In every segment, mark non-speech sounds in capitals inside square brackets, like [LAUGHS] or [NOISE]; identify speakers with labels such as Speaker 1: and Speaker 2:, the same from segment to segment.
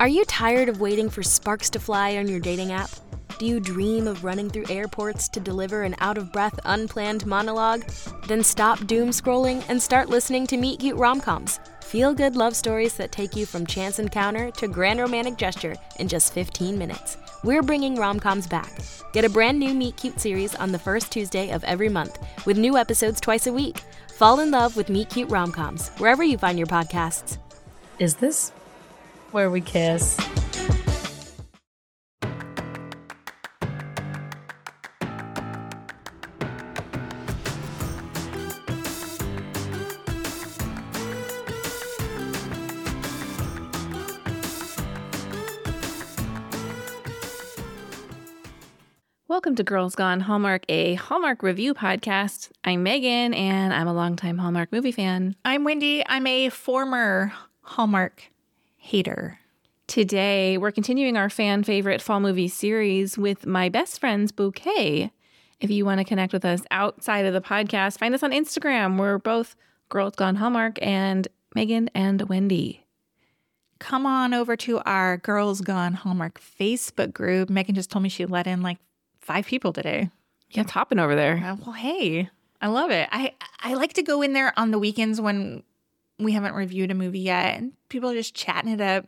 Speaker 1: Are you tired of waiting for sparks to fly on your dating app? Do you dream of running through airports to deliver an out of breath, unplanned monologue? Then stop doom scrolling and start listening to Meet Cute Romcoms, feel good love stories that take you from chance encounter to grand romantic gesture in just 15 minutes. We're bringing romcoms back. Get a brand new Meet Cute series on the first Tuesday of every month, with new episodes twice a week. Fall in love with Meet Cute Romcoms, wherever you find your podcasts.
Speaker 2: Is this where we kiss?
Speaker 3: Welcome to Girls Gone Hallmark, a Hallmark review podcast. I'm Megan, and I'm a longtime Hallmark movie fan.
Speaker 4: I'm Wendy. I'm a former Hallmark hater.
Speaker 3: Today, we're continuing our fan favorite fall movie series with my best friend's bouquet. If you want to connect with us outside of the podcast, find us on Instagram. We're both Girls Gone Hallmark and Megan and Wendy.
Speaker 4: Come on over to our Girls Gone Hallmark Facebook group. Megan just told me she let in like five people today.
Speaker 3: Yeah, it's hopping over there.
Speaker 4: Uh, well, hey, I love it. I I like to go in there on the weekends when we haven't reviewed a movie yet, and people are just chatting it up.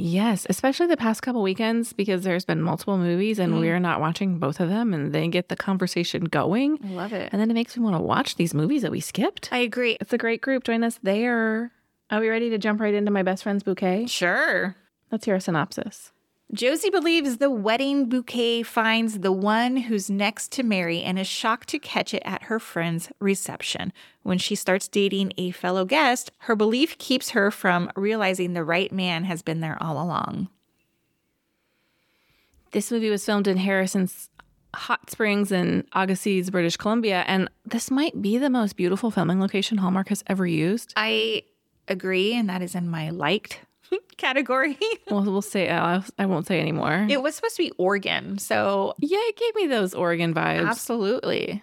Speaker 3: Yes, especially the past couple weekends because there's been multiple movies and
Speaker 4: Mhm.
Speaker 3: we're not watching both of them, and they get the conversation going.
Speaker 4: I love it.
Speaker 3: And then it makes me want to watch these movies that we skipped.
Speaker 4: I agree.
Speaker 3: It's a great group. Join us there. Are we ready to jump right into my best friend's bouquet?
Speaker 4: Sure.
Speaker 3: Let's hear a synopsis.
Speaker 4: Josie believes the wedding bouquet finds the one who's next to marry and is shocked to catch it at her friend's reception. When she starts dating a fellow guest, her belief keeps her from realizing the right man has been there all along.
Speaker 3: This movie was filmed in Harrison's Hot Springs in Agassiz, British Columbia, and this might be the most beautiful filming location Hallmark has ever [LAUGHS] used.
Speaker 4: I agree, and that is in my liked [LAUGHS] category.
Speaker 3: Well, we'll say I'll- I won't say anymore.
Speaker 4: it was supposed to be Oregon, so
Speaker 3: yeah, it gave me those Oregon vibes.
Speaker 4: absolutely.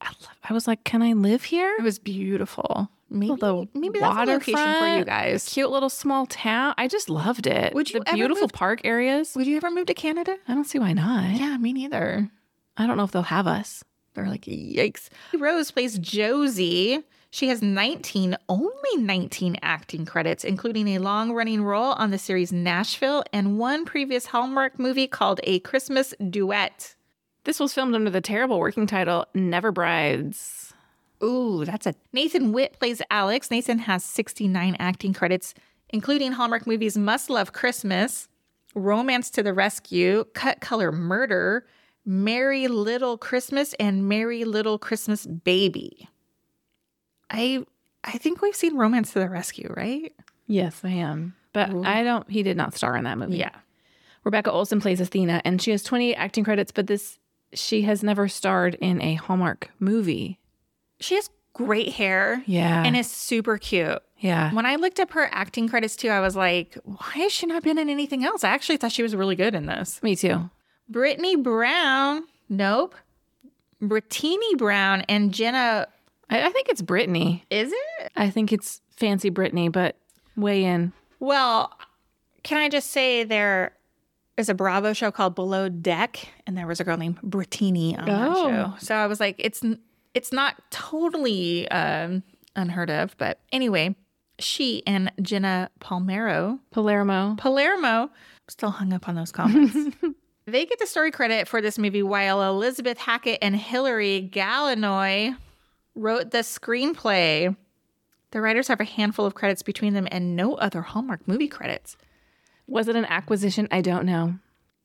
Speaker 3: I, love, I was like, can I live here?
Speaker 4: It was beautiful. Maybe,
Speaker 3: the
Speaker 4: maybe that's a location for you
Speaker 3: waterfront,
Speaker 4: guys.
Speaker 3: Cute little small town. I just loved it.
Speaker 4: Would you
Speaker 3: the
Speaker 4: ever
Speaker 3: beautiful
Speaker 4: move-
Speaker 3: park areas?
Speaker 4: Would you ever move to Canada?
Speaker 3: I don't see why not.
Speaker 4: Yeah, me neither.
Speaker 3: I don't know if they'll have us.
Speaker 4: They're like, yikes. Rose plays Josie. She has 19, only 19 acting credits, including a long running role on the series Nashville and one previous Hallmark movie called A Christmas Duet.
Speaker 3: This was filmed under the terrible working title Never Brides.
Speaker 4: Ooh, that's a. Nathan Witt plays Alex. Nathan has 69 acting credits, including Hallmark movies Must Love Christmas, Romance to the Rescue, Cut Color Murder, Merry Little Christmas, and Merry Little Christmas Baby. I I think we've seen Romance to the Rescue, right?
Speaker 3: Yes, I am. But I don't he did not star in that movie.
Speaker 4: Yeah.
Speaker 3: Rebecca Olson plays Athena and she has 20 acting credits, but this she has never starred in a Hallmark movie.
Speaker 4: She has great hair
Speaker 3: Yeah.
Speaker 4: and is super cute.
Speaker 3: yeah.
Speaker 4: When I looked up her acting credits too, I was like, why has she not been in anything else? I actually thought she was really good in this.
Speaker 3: Me too.
Speaker 4: Brittany Brown. Nope. Brittany Brown and Jenna.
Speaker 3: I, I think it's Brittany.
Speaker 4: Is it?
Speaker 3: I think it's fancy Brittany, but weigh in.
Speaker 4: Well, can I just say there is a Bravo show called Below Deck, and there was a girl named Brittany on that
Speaker 3: Oh.
Speaker 4: show. So I was like, it's n- it's not totally um, unheard of, but anyway, she and Jenna Palmero
Speaker 3: Palermo.
Speaker 4: Palermo. Still hung up on those comments. they get the story credit for this movie while Elizabeth Hackett and Hilary Galanoy wrote the screenplay. The writers have a handful of credits between them and no other Hallmark movie credits.
Speaker 3: Was it an acquisition? I don't know.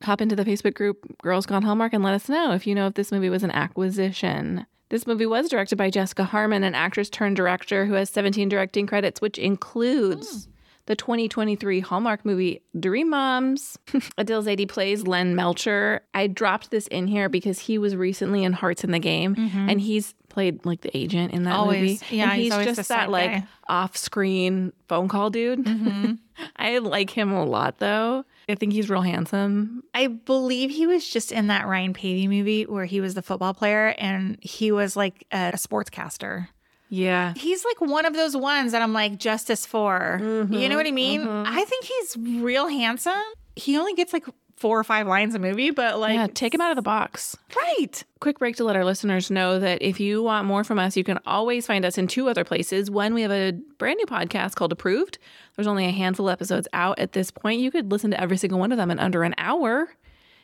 Speaker 3: Hop into the Facebook group Girls Gone Hallmark and let us know if you know if this movie was an acquisition. This movie was directed by Jessica Harmon, an actress turned director who has 17 directing credits, which includes
Speaker 4: Hmm.
Speaker 3: the 2023 Hallmark movie Dream Moms. [LAUGHS] Adil Zaidi plays Len Melcher. I dropped this in here because he was recently in Hearts in the Game, and he's played like the agent in that
Speaker 4: Mm-hmm. Always.
Speaker 3: movie.
Speaker 4: Yeah,
Speaker 3: and
Speaker 4: he's
Speaker 3: he's,
Speaker 4: always the
Speaker 3: just that
Speaker 4: side
Speaker 3: like
Speaker 4: guy. Mm-hmm.
Speaker 3: off-screen phone call dude. [LAUGHS] I like him a lot though. I think he's real handsome.
Speaker 4: I believe he was just in that Ryan Pavey movie where he was the football player and he was like a sportscaster.
Speaker 3: Yeah.
Speaker 4: He's like one of those ones that I'm like, justice for. you know what I mean? I think he's real handsome. He only gets like four or five lines a movie, but like,
Speaker 3: yeah. Take him out of the box.
Speaker 4: right.
Speaker 3: Quick break to let our listeners know that if you want more from us, you can always find us in two other places. One, we have a brand new podcast called Approved. There's only a handful of episodes out at this point. You could listen to every single one of them in under an hour.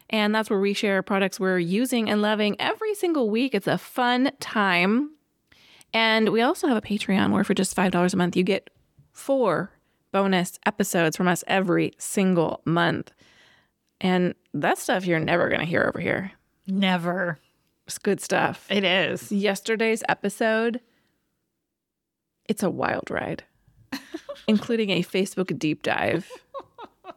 Speaker 3: And that's where we share products we're using and loving every single week. It's a fun time. And we also have a Patreon where for just $5 a month, you get four bonus episodes from us every single month. And that stuff you're never going to hear over here.
Speaker 4: Never.
Speaker 3: It's good stuff.
Speaker 4: It is.
Speaker 3: Yesterday's episode, it's a wild ride, including a Facebook deep dive.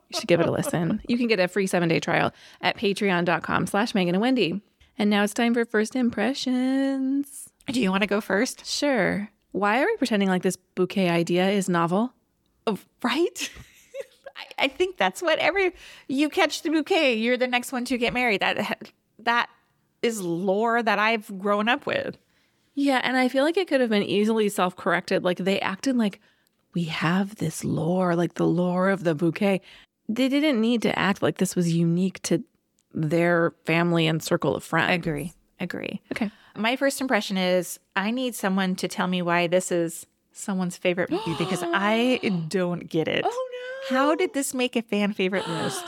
Speaker 3: You should give it a listen. You can get a free seven day trial at patreon.com slash Megan and Wendy. And now it's time for first impressions.
Speaker 4: Do you want to go first?
Speaker 3: Sure. Why are we pretending like this bouquet idea is novel?
Speaker 4: Oh, right? [LAUGHS] I, I think that's what every you catch the bouquet, you're the next one to get married. That that is lore that I've grown up with.
Speaker 3: Yeah, and I feel like it could have been easily self corrected. Like they acted like we have this lore, like the lore of the bouquet. They didn't need to act like this was unique to their family and circle of friends.
Speaker 4: Agree. Agree.
Speaker 3: Okay.
Speaker 4: My first impression is I need someone to tell me why this is
Speaker 3: [GASPS]
Speaker 4: someone's favorite movie because I don't get it.
Speaker 3: Oh
Speaker 4: How did this make a fan favorite
Speaker 3: [GASPS]
Speaker 4: list?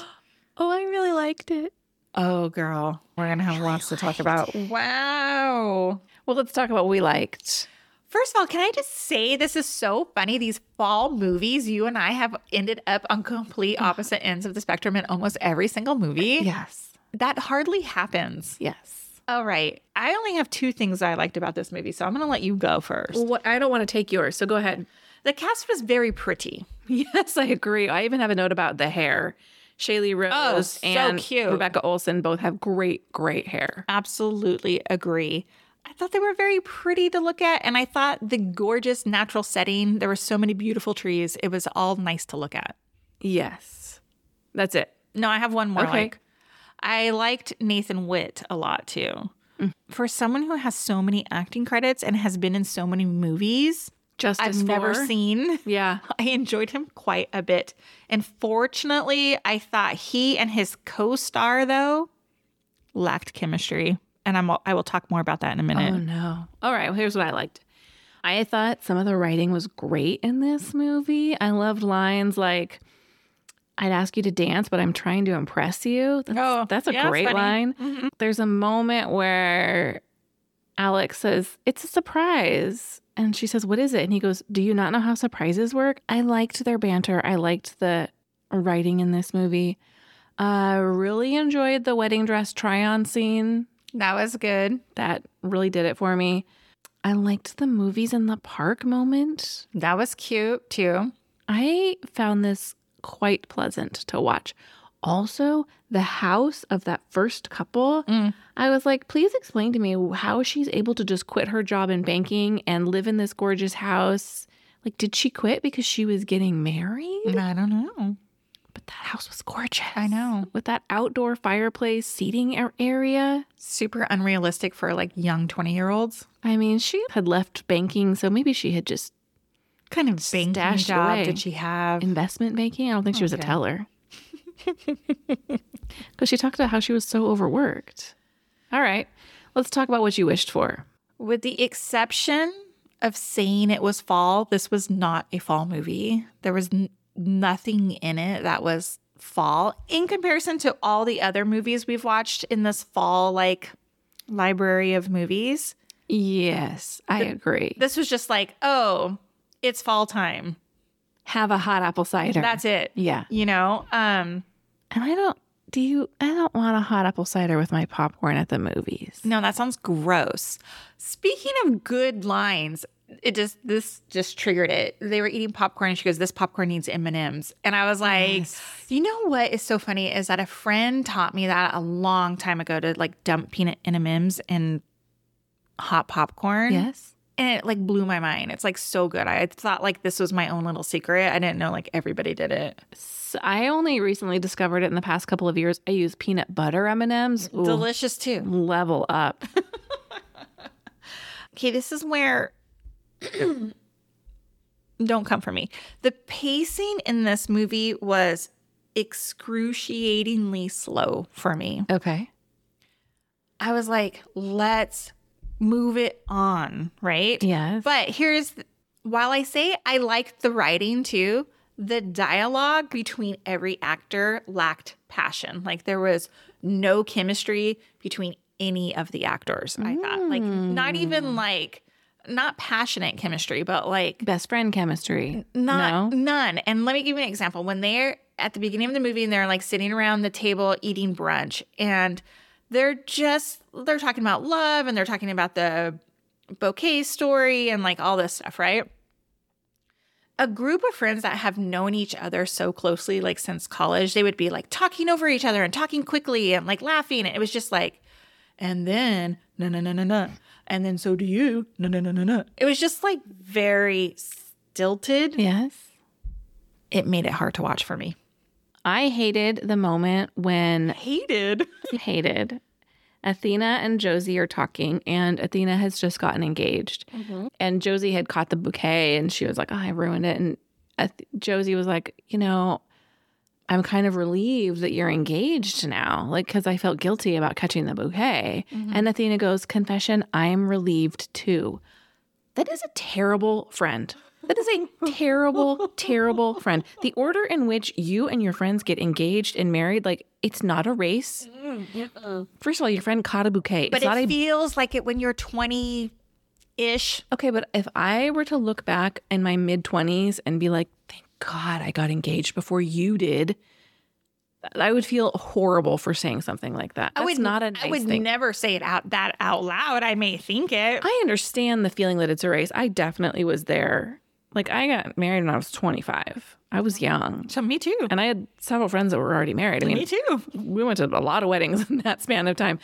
Speaker 3: Oh, I really liked it.
Speaker 4: Oh, girl. We're going to have lots to talk about. Wow.
Speaker 3: Well, let's talk about what we liked.
Speaker 4: First of all, can I just say this is so funny? These fall movies, you and I have ended up on complete
Speaker 3: Oh.
Speaker 4: opposite ends of the spectrum in almost every single movie.
Speaker 3: Yes.
Speaker 4: That hardly happens.
Speaker 3: Yes.
Speaker 4: All right. I only have two things I liked about this movie, so I'm going to let you go first.
Speaker 3: What I don't want to take yours, so go ahead.
Speaker 4: The cast was very pretty.
Speaker 3: [LAUGHS] Yes, I agree. I even have a note about the hair. Shaylee
Speaker 4: Oh,
Speaker 3: Rose
Speaker 4: so
Speaker 3: and
Speaker 4: cute.
Speaker 3: Rebecca Olson both have great, great hair.
Speaker 4: Absolutely agree. I thought they were very pretty to look at, and I thought the gorgeous natural setting, there were so many beautiful trees. It was all nice to look at.
Speaker 3: Yes. That's it.
Speaker 4: No, I have one more.
Speaker 3: Okay.
Speaker 4: Like, I liked Nathan Witt a lot too. For someone who has so many acting credits and has been in so many movies
Speaker 3: Justice
Speaker 4: I've never
Speaker 3: for-
Speaker 4: seen,
Speaker 3: Yeah.
Speaker 4: I enjoyed him quite a bit. And fortunately, I thought he and his co-star though lacked chemistry. And I'm I will talk more about that in a minute.
Speaker 3: Oh no. All right. Well, here's what I liked. I thought some of the writing was great in this movie. I loved lines like, I'd ask you to dance, but I'm trying to impress you. That's,
Speaker 4: Oh,
Speaker 3: that's a
Speaker 4: yeah, that's
Speaker 3: great
Speaker 4: funny. Mm-hmm.
Speaker 3: line. There's a moment where Alex says, It's a surprise. And she says, What is it? And he goes, Do you not know how surprises work? I liked their banter. I liked the writing in this movie. I really enjoyed the wedding dress try on scene
Speaker 4: That was good.
Speaker 3: that really did it for me. I liked the movies in the park moment.
Speaker 4: That was cute too.
Speaker 3: I found this quite pleasant to watch. Also, the house of that first couple,
Speaker 4: Mm.
Speaker 3: I was like, please explain to me how she's able to just quit her job in banking and live in this gorgeous house. Like, did she quit because she was getting married?
Speaker 4: I don't know.
Speaker 3: But that house was gorgeous.
Speaker 4: Mm. I know.
Speaker 3: With that outdoor fireplace seating ar- area.
Speaker 4: Super unrealistic for like young 20-year-olds.
Speaker 3: I mean, she had left banking, so maybe she had just
Speaker 4: kind of banking
Speaker 3: stashed
Speaker 4: job
Speaker 3: away.
Speaker 4: did she have?
Speaker 3: investment banking. I don't think she was a teller. [LAUGHS] Because she talked about how she was so overworked. All right, let's talk about what you wished for.
Speaker 4: With the exception of saying it was fall, this was not a fall movie. There was n- nothing in it that was fall in comparison to all the other movies we've watched in this fall like library of movies.
Speaker 3: Yes, I agree.
Speaker 4: This was just like, oh, it's fall time.
Speaker 3: Have a hot apple cider.
Speaker 4: That's it.
Speaker 3: yeah.
Speaker 4: You know, um
Speaker 3: And I don't. Do you? I don't want a hot apple cider with my popcorn at the movies.
Speaker 4: No, that sounds gross. Speaking of good lines, it just this just triggered it. They were eating popcorn and she goes, "This popcorn needs M&Ms." And I was like, "You know what is so funny is that a friend taught me that a long time ago to like dump peanut M&Ms in hot popcorn."
Speaker 3: Yes.
Speaker 4: And it like blew my mind. It's like so good. I thought like this was my own little secret. I didn't know like everybody did it.
Speaker 3: So I only recently discovered it in the past couple of years. I use peanut butter M and M's.
Speaker 4: Delicious too.
Speaker 3: Level up.
Speaker 4: Okay, this is where [CLEARS THROAT] Don't come for me. The pacing in this movie was excruciatingly slow for me.
Speaker 3: Okay.
Speaker 4: I was like, let's move it on, right?
Speaker 3: Yes.
Speaker 4: But here's while I say I liked the writing too, the dialogue between every actor lacked passion. Like there was no chemistry between any of the actors, I thought. Like not even like not passionate chemistry, but like
Speaker 3: Best friend chemistry.
Speaker 4: not
Speaker 3: No?
Speaker 4: none. And let me give you an example. When they're at the beginning of the movie and they're like sitting around the table eating brunch and they're just they're talking about love and they're talking about the bouquet story and like all this stuff, right? A group of friends that have known each other so closely like since college, they would be like talking over each other and talking quickly and like laughing. And it was just like and then no no no no no and then so do you no no no no no it was just like very stilted
Speaker 3: Yes.
Speaker 4: it made it hard to watch for me
Speaker 3: I hated the moment when
Speaker 4: hated
Speaker 3: [LAUGHS] hated. Athena and Josie are talking, and Athena has just gotten engaged. And Josie had caught the bouquet, and she was like, oh, I ruined it. And Ath- Josie was like, You know, I'm kind of relieved that you're engaged now, like, because I felt guilty about catching the bouquet. And Athena goes, Confession, I'm relieved too. That is a terrible friend. That is a terrible, terrible friend. The order in which you and your friends get engaged and married, like, it's not a race. First of all, your friend caught a bouquet.
Speaker 4: but
Speaker 3: it's not
Speaker 4: it
Speaker 3: a
Speaker 4: feels like it when you're 20 ish
Speaker 3: Okay, but if I were to look back in my mid 20s and be like, thank God I got engaged before you did, I would feel horrible for saying something like that. That's
Speaker 4: i would
Speaker 3: not a nice
Speaker 4: i would
Speaker 3: thing.
Speaker 4: never say it out that out loud i may think it
Speaker 3: I understand the feeling that it's a race. I definitely was there. Like, I got married when I was 25. I was young.
Speaker 4: so me too
Speaker 3: And I had several friends that were already married. I mean,
Speaker 4: me too
Speaker 3: we went to a lot of weddings [LAUGHS] in that span of time.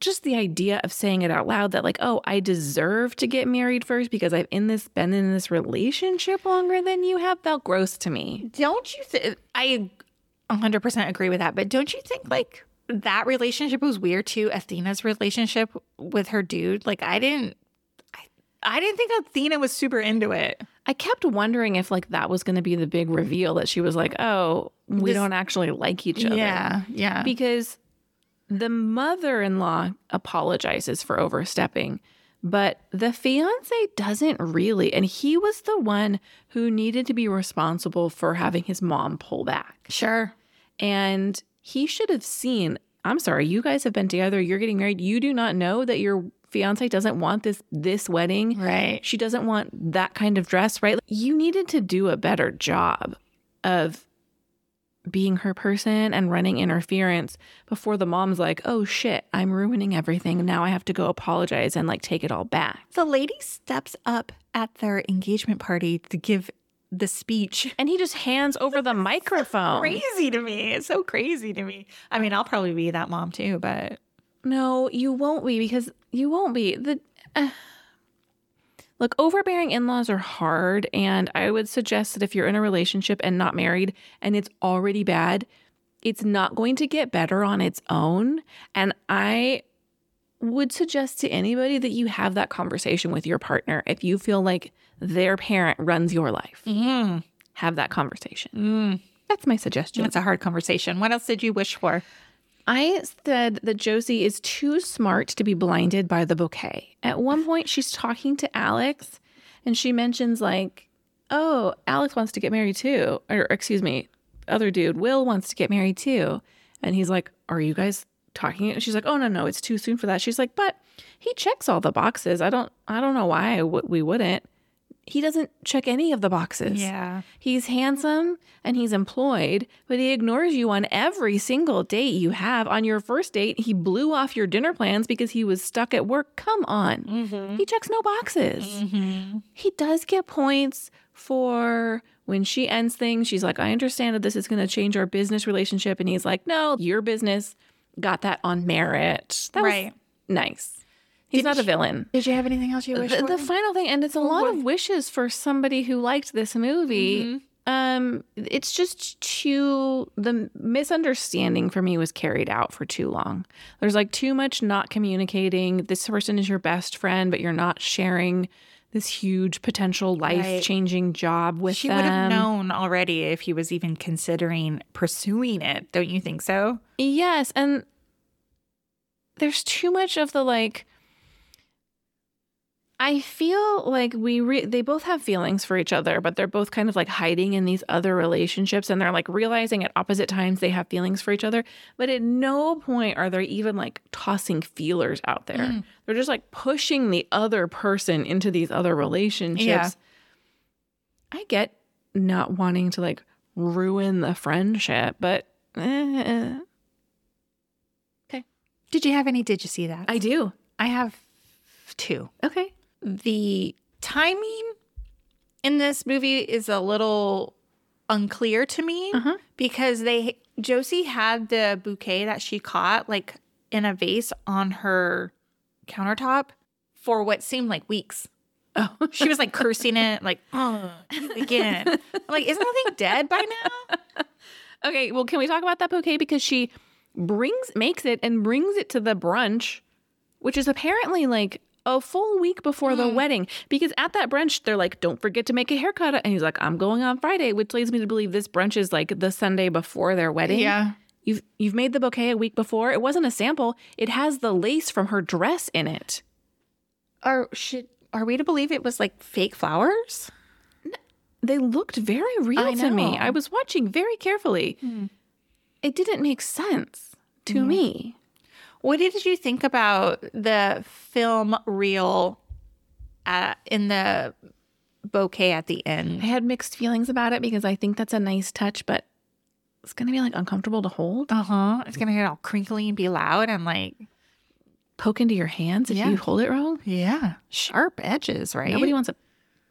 Speaker 3: Just the idea of saying it out loud that, like, oh, I deserve to get married first because I've in this been in this relationship longer than you have felt gross to me.
Speaker 4: don't you think i 100% agree with that but don't you think like that relationship was weird too athena's relationship with her dude like i didn't I, I didn't think athena was super into it
Speaker 3: I kept wondering if like that was going to be the big reveal that she was like, oh, we
Speaker 4: This-
Speaker 3: don't actually like each other.
Speaker 4: yeah
Speaker 3: [LAUGHS] because the mother-in-law apologizes for overstepping but the fiance doesn't really and he was the one who needed to be responsible for having his mom pull back
Speaker 4: sure
Speaker 3: and he should have seen i'm sorry you guys have been together you're getting married you do not know that your fiance doesn't want this this wedding
Speaker 4: right
Speaker 3: she doesn't want that kind of dress, right? You needed to do a better job of being her person and running interference before the mom's like, oh shit, I'm ruining everything. Now I have to go apologize and like take it all back.
Speaker 4: The lady steps up at their engagement party to give the speech.
Speaker 3: And he just hands over the microphone.
Speaker 4: Crazy to me. It's so crazy to me. I mean, I'll probably be that mom too, but
Speaker 3: No, you won't be because you won't be. The uh, Look, overbearing in-laws are hard and I would suggest that if you're in a relationship and not married and it's already bad, it's not going to get better on its own and I would suggest to anybody that you have that conversation with your partner if you feel like their parent runs your life.
Speaker 4: mm-hmm,
Speaker 3: Have that conversation. That's my suggestion.
Speaker 4: it's mm-hmm. a hard conversation. What else did you wish for?
Speaker 3: I said that Josie is too smart to be blinded by the bouquet. At one point, she's talking to Alex and she mentions, like, oh, Alex wants to get married too. Or, excuse me, other dude, Will wants to get married too. And he's like, are you guys talking? And she's like, oh, no, no, it's too soon for that. She's like, but he checks all the boxes. I don't, I don't know why I would we wouldn't. He doesn't check any of the boxes. He's handsome and he's employed, but he ignores you on every single date you have. On your first date, he blew off your dinner plans because he was stuck at work. Come on. He checks no boxes. He does get points for when she ends things. She's like, I understand that this is going to change our business relationship. And he's like, No, your business got that on merit. That
Speaker 4: Right.
Speaker 3: was nice. He's not a villain.
Speaker 4: Did you have anything else you
Speaker 3: The, the final thing, and it's a lot of wishes for somebody who liked this movie.
Speaker 4: Mm-hmm.
Speaker 3: Um, it's just too the misunderstanding for me was carried out for too long. There's like too much not communicating. This person is your best friend, but you're not sharing this huge potential life changing job with
Speaker 4: She
Speaker 3: them.
Speaker 4: would have known already if he was even considering pursuing it. Don't you think so?
Speaker 3: Yes, and there's too much of the like I feel like we re- they both have feelings for each other, but they're both kind of like hiding in these other relationships and they're like realizing at opposite times they have feelings for each other, but at no point are they even like tossing feelers out there. They're just like pushing the other person into these other relationships.
Speaker 4: Yeah.
Speaker 3: I get not wanting to like ruin the friendship, but eh,
Speaker 4: Did you have any? Did you see that?
Speaker 3: I do.
Speaker 4: I have two.
Speaker 3: Okay.
Speaker 4: The timing in this movie is a little unclear to me
Speaker 3: Uh-huh.
Speaker 4: because they Josie had the bouquet that she caught like in a vase on her countertop for what seemed like weeks.
Speaker 3: Oh,
Speaker 4: [LAUGHS] She was like cursing it, like, oh, [LAUGHS] you again. I'm like, is that thing dead by now?
Speaker 3: okay. Well, can we talk about that bouquet because she brings makes it and brings it to the brunch, which is apparently like a full week before the
Speaker 4: Hmm.
Speaker 3: wedding because at that brunch they're like don't forget to make a haircut and he's like I'm going on Friday, which leads me to believe this brunch is like the Sunday before their wedding. You've you've made the bouquet a week before. It wasn't a sample. It has the lace from her dress in it.
Speaker 4: Are should are we to believe it was like fake flowers?
Speaker 3: They looked very real
Speaker 4: I
Speaker 3: to me.
Speaker 4: know. Hmm.
Speaker 3: I was watching very carefully. It didn't make sense to me.
Speaker 4: What did you think about the film reel uh, in the bouquet at the
Speaker 3: I
Speaker 4: end?
Speaker 3: had mixed feelings about it because I think that's a nice touch, but it's going to be like uncomfortable to hold.
Speaker 4: Uh huh. It's gonna get all crinkly and be loud and like
Speaker 3: Poke into your hands if
Speaker 4: Yeah.
Speaker 3: you hold it wrong.
Speaker 4: yeah, sharp edges, right?
Speaker 3: Nobody wants a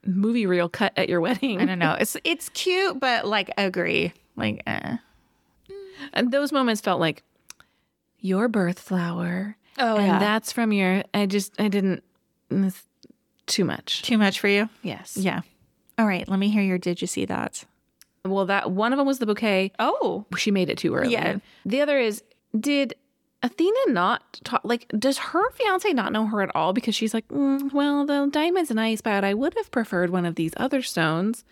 Speaker 3: movie reel cut at your wedding.
Speaker 4: I don't know. It's it's cute, but like agree, like eh.
Speaker 3: And those moments felt like your birth flower.
Speaker 4: oh
Speaker 3: and that's from your. I just, I didn't. It's too much.
Speaker 4: too much for you.
Speaker 3: Yes.
Speaker 4: Yeah. All right. Let me hear your. Did you see that?
Speaker 3: Well, that one of them was the bouquet.
Speaker 4: Oh,
Speaker 3: she made it too early.
Speaker 4: Yeah.
Speaker 3: The other is, did Athena not talk? Like, does her fiance not know her at all? Because she's like, "Mm, well, the diamond's an ice, but I would have preferred one of these other stones.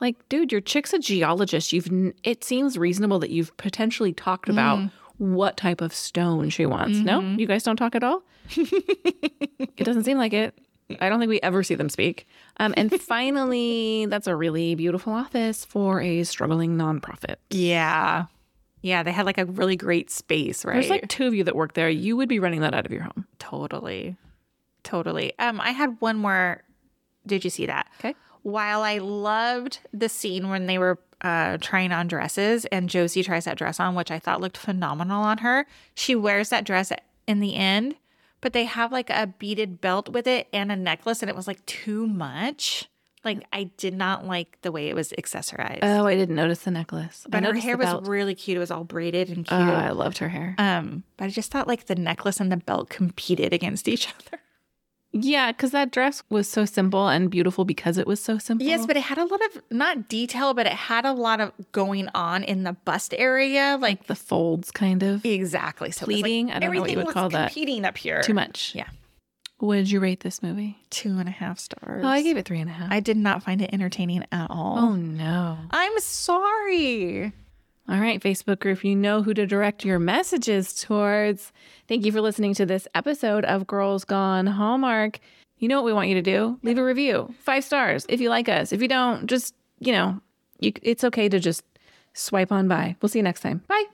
Speaker 3: Like, dude, your chick's a geologist. You've. n- It seems reasonable that you've potentially talked about what type of stone she wants. No, you guys don't talk at all. [LAUGHS] it doesn't seem like it. I don't think we ever see them speak. Um, [LAUGHS] and finally, that's a really beautiful office for a struggling nonprofit.
Speaker 4: yeah, yeah. They had like a really great space, right?
Speaker 3: There's like two of you that work there. You would be running that out of your home.
Speaker 4: Totally. Totally. Um, I had one more. Did you see that?
Speaker 3: Okay.
Speaker 4: While I loved the scene when they were uh, trying on dresses and Josie tries that dress on, which I thought looked phenomenal on her, she wears that dress in the end, but they have like a beaded belt with it and a necklace, and it was like too much. Like I did not like the way it was accessorized.
Speaker 3: Oh, I didn't notice the necklace.
Speaker 4: but
Speaker 3: I
Speaker 4: her
Speaker 3: noticed
Speaker 4: hair
Speaker 3: the
Speaker 4: was
Speaker 3: belt.
Speaker 4: really cute. It was all braided and
Speaker 3: Oh,
Speaker 4: cute.
Speaker 3: I loved her hair.
Speaker 4: um, but I just thought like the necklace and the belt competed against each [LAUGHS] other.
Speaker 3: yeah, because that dress was so simple and beautiful because it was so simple.
Speaker 4: Yes, but it had a lot of not detail, but it had a lot of going on in the bust area, like
Speaker 3: the folds kind of
Speaker 4: exactly. So it was, like,
Speaker 3: Pleating? I don't know what you
Speaker 4: everything
Speaker 3: would
Speaker 4: was
Speaker 3: call that.
Speaker 4: Competing up here,
Speaker 3: too much.
Speaker 4: Yeah.
Speaker 3: Would you rate this movie?
Speaker 4: Two and a half stars.
Speaker 3: Oh, I gave it three and a half.
Speaker 4: I did not find it entertaining at all.
Speaker 3: oh no!
Speaker 4: I'm sorry.
Speaker 3: All right, Facebook group, you know who to direct your messages towards. Thank you for listening to this episode of Girls Gone Hallmark. You know what we want you to do? Leave a review, five stars if you like us. If you don't, just, you know, you, it's okay to just swipe on by. We'll see you next time. Bye.